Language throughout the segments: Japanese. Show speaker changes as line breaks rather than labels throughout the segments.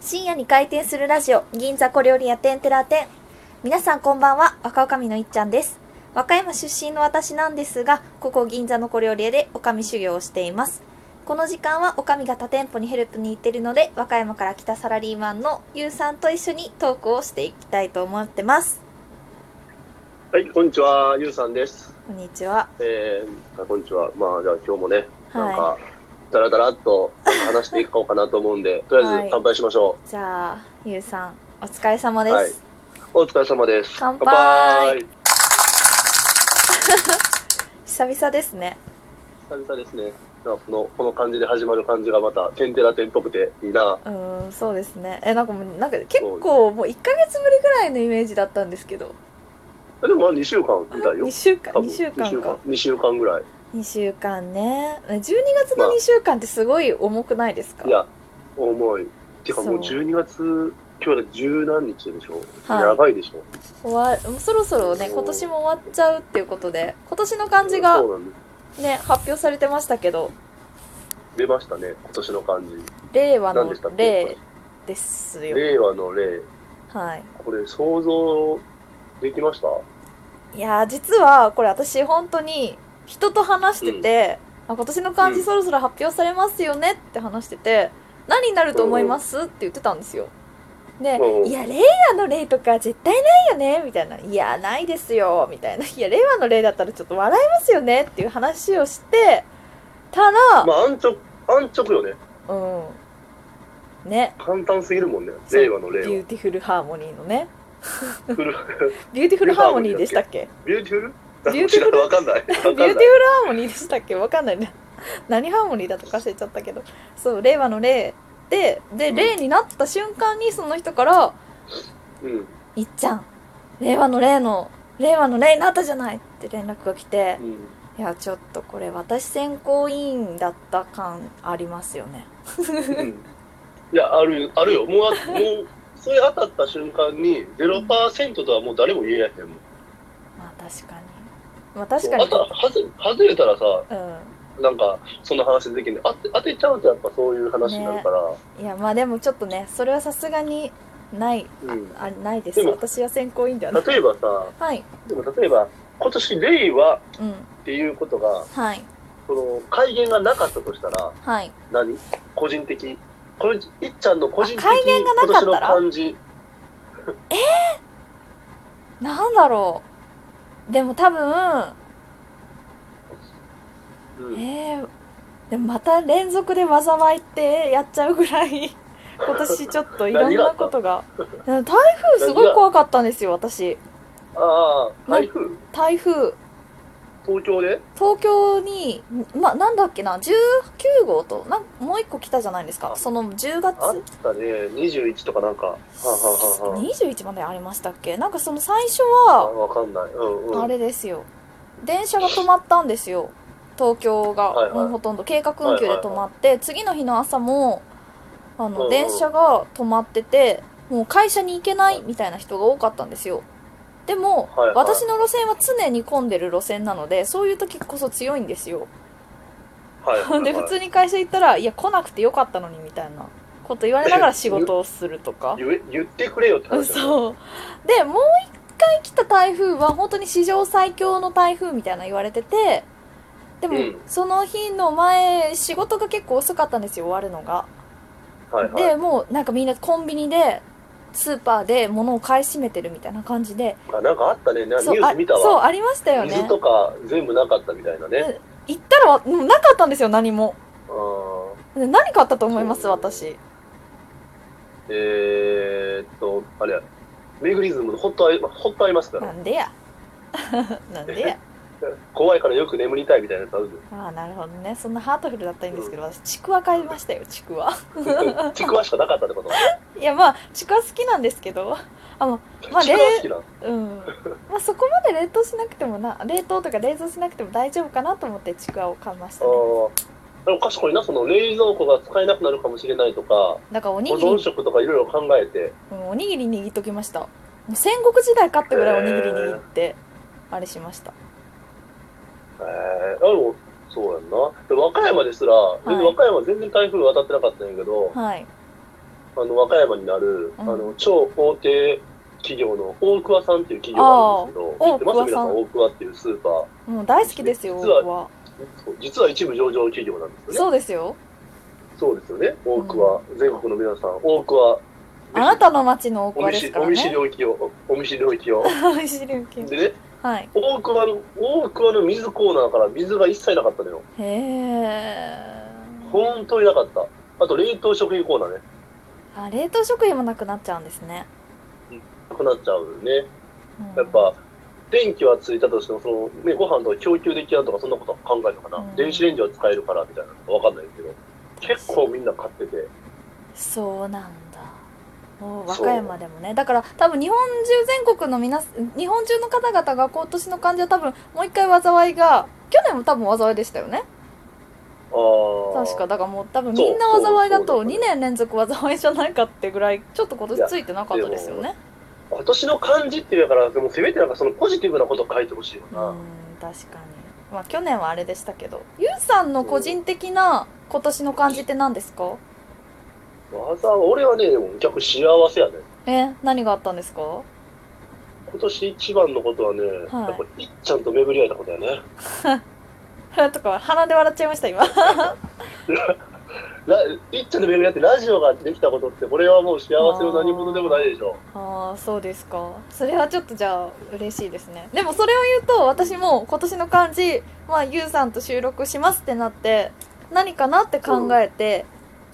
深夜に開店するラジオ銀座小料理屋店テラ店皆さんこんばんは若女将のいっちゃんです和歌山出身の私なんですがここ銀座の小料理屋で女将修行をしていますこの時間は女将が他店舗にヘルプに行ってるので和歌山から来たサラリーマンのゆうさんと一緒にトークをしていきたいと思ってます
はい、こんにちは、ゆうさんです。
こんにちは
えー、あこんにちは。まあ、じゃあ今日もね、なん
は
か、だらだらっと話していこうかなと思うんで、 とりあえず乾杯しましょ
いじゃあゆうさんお疲れ様です、
はいいう。お疲れ様です。
乾杯久々ですね
乾杯久々ですね。なんかこの、この感じで始まる感じがまた、テンテラテンっぽくていいな。
うーんそうですねえなんかもうなんか結構もう1ヶ月ぶりぐらいのイメージだったんですけど
でもまあ2週間いたよ
2。週間
多分
2週間か
2週間ぐらい。
2週間ね12月の2週間ってすごい重くないですか、
いや、重い。てかもう
そう
12月、今日で十何日でしょ、
はい
やばいでしょ
終わもうそろそろね
そう
今年も終わっちゃうっていうことで今年の漢字が
そうなんです。
ね発表されてましたけど
出ましたね、今年の感じ。
令和
何
の
でしたっけ
令ですよ
令和の令。
はい
これ想像できました
いやー実はこれ私本当に人と話してて、あ今年の漢字そろそろ発表されますよねって話してて、何になると思います、って言ってたんですよで、
うん
いや令和の令とか絶対ないよねみたいないやないですよみたいないや令和の令だったらちょっと笑いますよねっていう話をしてたら、
まあ安直、安直よね。
うんね
簡単すぎるもんね。令和の
ビュ
令
ーティフルハーモニーのね
和。フル
ビューティフルハーモニーでしたっけ
ビューティフル
ビューティフル
わかんない。わ
ビ
か
ュー
ん
テ
な
ィ
い
フ。ルハーモニーでしたっけわかんないね 何ハーモニーだとか忘れちゃったけどそう令和の令でで
うん
令になった瞬間にその人から
うん。
「いっちゃん令和の令の令和の令になったじゃない!」って連絡が来て
うん。
「いやちょっとこれ私選考委員だった感ありますよね
うんいや、ある、あるよ。もうあ、もう、それ当たった瞬間に0%とはもう誰も言えないもん。」
まあ確かにまあ確か
あ
に
とはず外れたらさ、
う
なんか、そんな話できない。当て当てちゃうとやっぱそういう話になるから。
んいやまあでもちょっとねそれはさすがにない
うん
あないです
でも
私は選考委員ではない
例えばさ、
はい
でも例えば、今年令和っ
うん
ていうことが、
はい
その改元がなかったとしたら
はい
何個人的これいっちゃんの個人的
あ改元がなかったら
今年の感じ
なんだろうでも多分
うん
えー、でもまた連続で災いってやっちゃうぐらい 今年ちょっといろんなことが台風すごい怖かったんですよ私
ああ台風
台風
東京で
東京に、ま、なんだっけな19号となんもう1個来たじゃないですかその10月
あったね21とかなんかはあはあはあは
21までありましたっけなんかその最初
あ
は
わかんないうんうん
あれですよ電車が止まったんですよ東京
はい
が
はい
もうほとんど計画運休で止まって次の日の朝もあ
うんう
の
ん
電車が止まっててもう会社に行けないみたいな人が多かったんですよでも
はいはい
私の路線は常に混んでる路線なのでそういう時こそ強いんですよ
はいはいはい
で普通に会社行ったらいや来なくてよかったのにみたいなこと言われながら仕事をするとか
言え言ってくれよって話だよ
そうでもう一回来た台風は本当に史上最強の台風みたいな言われててでも、
うん
その日の前仕事が結構遅かったんですよ終わるのが、
はいはい
でもうなんかみんなコンビニでスーパーで物を買い占めてるみたいな感じで
あなんかあったねなニュ
そう
ー
あ
ス見た
そう
わ
ありましたよね
水とか全部なかったみたいなね
行ったらもうなかったんですよ何も
あー
で何買ったと思います
うん
私
えーっとあれやメグリズムのホットアイホットアイマスクだ
な
ろ
んでや なんでや
怖いからよく眠りたいみたいなやつあるじゃん
ああなるほどねそんなハートフルだったらいいんですけど私ちくわ買いましたよちくわ
ちくわしかなかったってこと。
い やまあちくわ好きなんですけどあのまあ
ちくわ好きなの。
うんまあそこまで冷凍しなくてもな冷凍とか冷蔵しなくても大丈夫かなと思ってちくわを買いましたね
ああ。でも賢いな、その冷蔵庫が使えなくなるかもしれないとか、
だからおに
保
ぎり、う
存
ん
食とかいろいろ考えて。
おにぎり握っときましたもう戦国時代かってぐらいおにぎり握ってあれしました
ええあの、そうやんな。で、和歌山ですら、
い
全然和歌山全然台風当たってなかったんやけど、
はい
あの和歌山になる、
うん
あの超大手企業の大桑さんっていう企業があるんですけど、
あー
知ってます
大
皆
桑さ
さ
ん
ん、大桑っていうスーパー、
もう大好きですよ、
実は
僕は。
そう実は一部上場企業なんですよね。
そうですよ。
そうですよね、大桑、全国の皆さん、大桑、
あなたの町の大
お
桑
見
です
知
から
お見知り
ね。
おきを、お見知りおきを。
お見知りおき。
でね、
はい。
大桑の、大桑の水コーナーから水が一切なかったのよ。
へえ。
本当になかった。あと冷凍食品コーナーね、
あ、冷凍食品もなくなっちゃうんですね。
なくなっちゃうよね。
うん
やっぱ、電気はついたとしても、その、ね、ご飯とか供給できないとか、そんなこと考えるのかな。
うん
電子レンジは使えるから、みたいなのとかわかんないけど、結構みんな買ってて、
そうなんだもう和
そう
歌山でもねだから多分日本中全国の皆す日本中の方々が今年の感じは多分もう一回災いが去年も多分災いでしたよね
あー
確かだからもう多分
そう
みんな災いだ
そう
と
そう
2年連続災いじゃないかってぐらいちょっと今年ついてなかったですよね
今年の漢字っていうから、でもせめてなんかそのポジティブなこと書いてほしいよ
う
な。
ん確かにまあ去年はあれでしたけどゆうさんの個人的な今年の感じって何ですか
わざわ俺はね、でも逆に幸せやね。
え何があったんですか
今年一番のことはね、
はい
やっぱりいっちゃんと巡り合えたことやね。
とか鼻で笑っちゃいました今
ラいっちゃんと巡り合ってラジオができたことって、これはもう幸せの何事でもないでしょ。
ああそうですかそれはちょっとじゃあ嬉しいですねでもそれを言うと私も今年の漢字まあゆうさんと収録しますってなって何かなって考えて、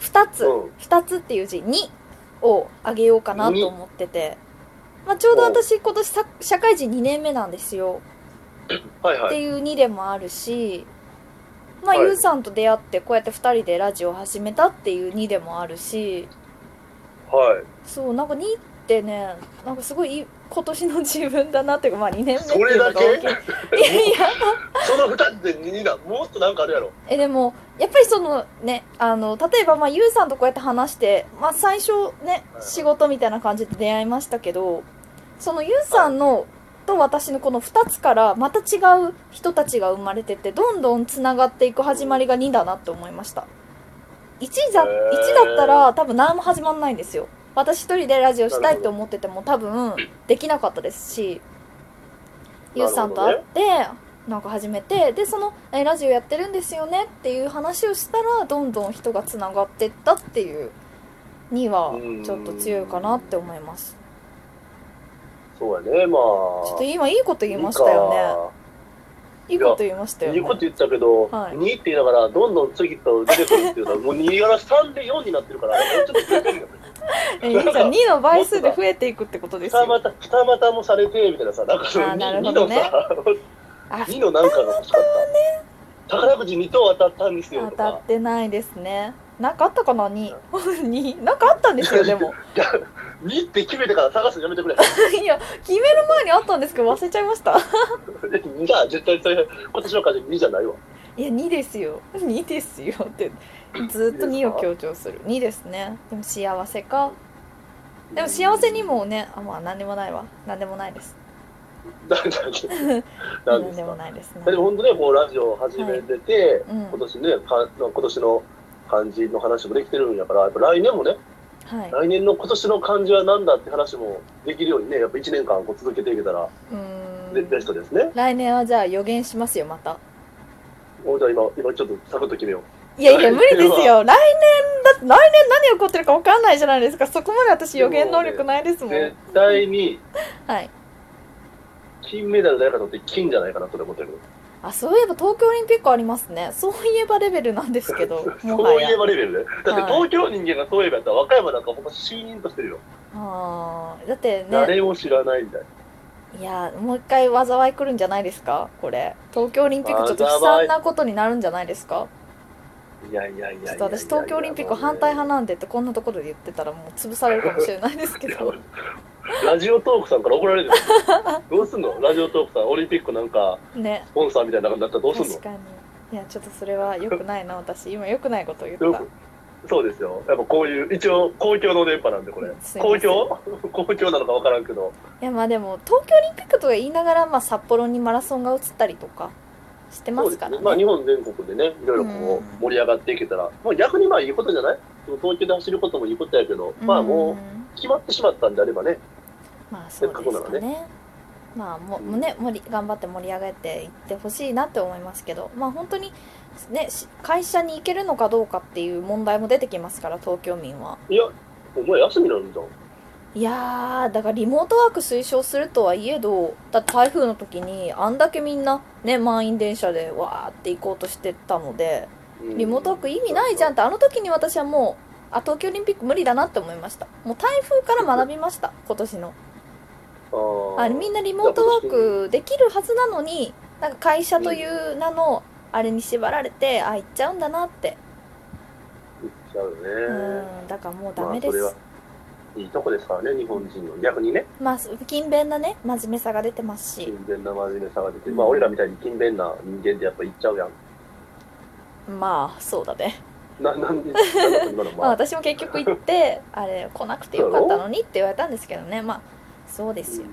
2つ、
うん
2つっていう字2をあげようかなと思ってて、まあ、ちょうど私今年さ社会人2年目なんですよ、
はい
っ
は
て
い。
いう2でもあるしまあ、
はい
ゆうさんと出会ってこうやって2人でラジオを始めたっていう2でもあるし
はい。
そうなんか2ってねなんかすごいいい今年の自分だなっていうかまあ2年目って
そ
い
れ
うの
だ
が
け
大きいいやいや
その二つで二だ。もっとなんかあるやろ。
えでもやっぱりそのねあの例えばまあゆうさんとこうやって話して、まあ、最初ね
はい
仕事みたいな感じで出会いましたけどそのゆうさんのと私のこの2つからまた違う人たちが生まれてってどんどんつながっていく始まりが2だなって思いました1だ
へー
一だったら多分何も始まんないんですよ私一人でラジオしたいって思ってても多分できなかったですしゆうさんと会ってなんか始めてでそのえー「ラジオやってるんですよね」っていう話をしたらどんどん人がつながってったっていうにはちょっと強いかなって思います
そうやね、まあ。
ちょっと今いいこと言いましたよねいい
いか
こと言いました
ね
よ
いいこと
ね
言ったけど、
は
はい2って言いながら、どんどん次から出てくるっ ていうのは、もう2から3で4になってるから、ちょっと増えてるよね。
えゆうさん2の倍数で増えていくってことです
二
よ
股、二股もされて、みたいなさ、なんかそ
あ
の
ーな
2,
るほど
の
ね
さ、
あ
2のなんかが欲しかった。宝くじ2等当たったんですよ
当
と
た
か
っ。てないですねなんかあったかな22 なんかあったんですよで も
いや2って決めてから探すのやめてくれ。
いや決める前にあったんですけど忘れちゃいました
じゃあ絶対それ、今年の感じ2じゃないわ。
いや2ですよ2です よってずっと2を強調する2ですねでも幸せかでも幸せにもねあまあ何でもないわ何でもないです
な。なんですか
何でもないですね
でも本当ね、こうラジオを始めてて、
うん
今年ね、か今年の漢字の話もできてるんやから、やっぱ来年もね、
はい
来年の今年の漢字は何だって話もできるようにね、やっぱ1年間こう続けていけたら
う
ベ
ー
ベス
ん
トですね。
来年はじゃあ予言しますよまた
もうじゃあ今、今ちょっとサクッと決めよ
いやいや無理ですよ来年だって来年何起こってるか分かんないじゃないですかそこまで私予言能力ないですも
う。
ん、
絶対に
はい
金メダル誰かとって金じゃないかなと思ってる
あそういえば東京オリンピックありますねそういえばレベルなんですけども
そ
は
うい
や
えばレベルね。だって
はい
東京人間がそういえばやったら和歌山なんかほんまシーンとしてるよ。
あーだってね
誰も知らないみたいな。
いやもう一回災い来るんじゃないですかこれ東京オリンピックちょっと悲惨なことになるんじゃないですか
いやいやいやい
ちょ
や
っ
い
と
や。
私東京オリンピック反対派なんでってこんなところで言ってたらもう潰されるかもしれないですけど
ラジオトークさんから怒ら れるよどうすんのラジオトークさん、オリンピックなんか、
ね
スポンサーみたいなのになったらどうすん
確かにいやちょっとそれは良くないな私今良くないことを言っ
のよ
た
くそうですよ。やっぱこういう、一応公共の電波なんで、これ。
すいま
公
せん
共 公共なのかわからんけど。
いやまあでも東京オリンピックとか言いながら、まあ、札幌にマラソンが移ったりとかしてますからね。
まあ、日本全国でね、いろいろ
う
こ
ん
う盛り上がっていけたら、まあ、逆にまあいいことじゃないその東京で走ることもいいことやけど、まあもう決まってしまったんであればね、
うんまあそうですかね。まあもうね盛り頑張って盛り上げていってほしいなって思いますけど、まあ本当にねし会社に行けるのかどうかっていう問題も出てきますから東京民は。
いや、お前休みなんだ。
いやーだからリモートワーク推奨するとはいえどだって台風の時にあんだけみんなね満員電車でわーって行こうとしてたので
うん
リモートワーク意味ないじゃんっ。てあの時に私はもうあ東京オリンピック無理だなって思いましたもう台風から学びました今年の
あ
あみんなリモートワークできるはずなのになんか会社という名のあれに縛られてあ行っちゃうんだなって
行っちゃう
う
ね。
んだからもうダ
ま
メ
あ
で
そ
す
れはいいとこですからね、日本人の。逆にね、
まあ勤勉なね真面目さが出てますし
勤勉な真面目さが出て、まあ俺らみたいに勤勉な人間ってやっぱ行っちゃうやん。
まあそうだね
な、なんで、なんだ今の
まあ、
まあ。
私も結局行って あれ来なくてよかったのにって言われたんですけどねまあそうですよ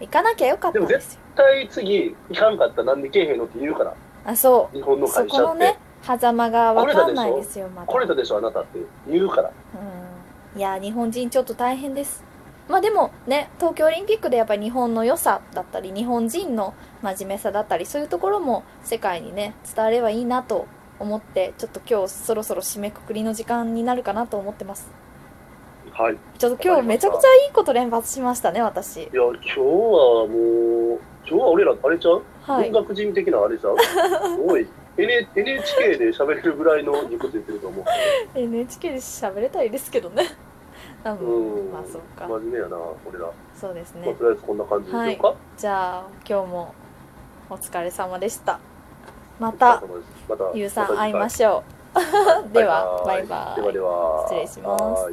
行かなきゃよかったんですよ
絶対次、行かんかったらなんでけえへんのって言うから、
あそ
日本
う
の
そ
会
こ
社
の
って。
ね狭間が分かんないですよまだ
来れたでしょ、あなたって言うから。
うんいや日本人ちょっと大変ですまあでもね東京オリンピックでやっぱり日本の良さだったり日本人の真面目さだったりそういうところも世界にね伝わればいいなと思ってちょっと今日そろそろ締めくくりの時間になるかなと思ってます
はい。い
ちょっと今日めちゃくちゃいいこと連発しましたね私
や、今日はもう、今日は俺ら、あれちゃう、
はい
音楽人的なあ れちゃうすごい。N- NHK で喋れるぐらいのいいこと言ってると思う。
NHK で喋れたいですけどね あの
うん。
まあそうか
真面目やな、俺ら。
そうです
まあ、
ね
とりあえずこんな感じでしょうか。
じゃあ今日もお疲れ様でしたま
お疲
た
れ様ですまた、
ゆうさん会いま
し
しょう ではバイバイ
ではでは。
失礼します
はーい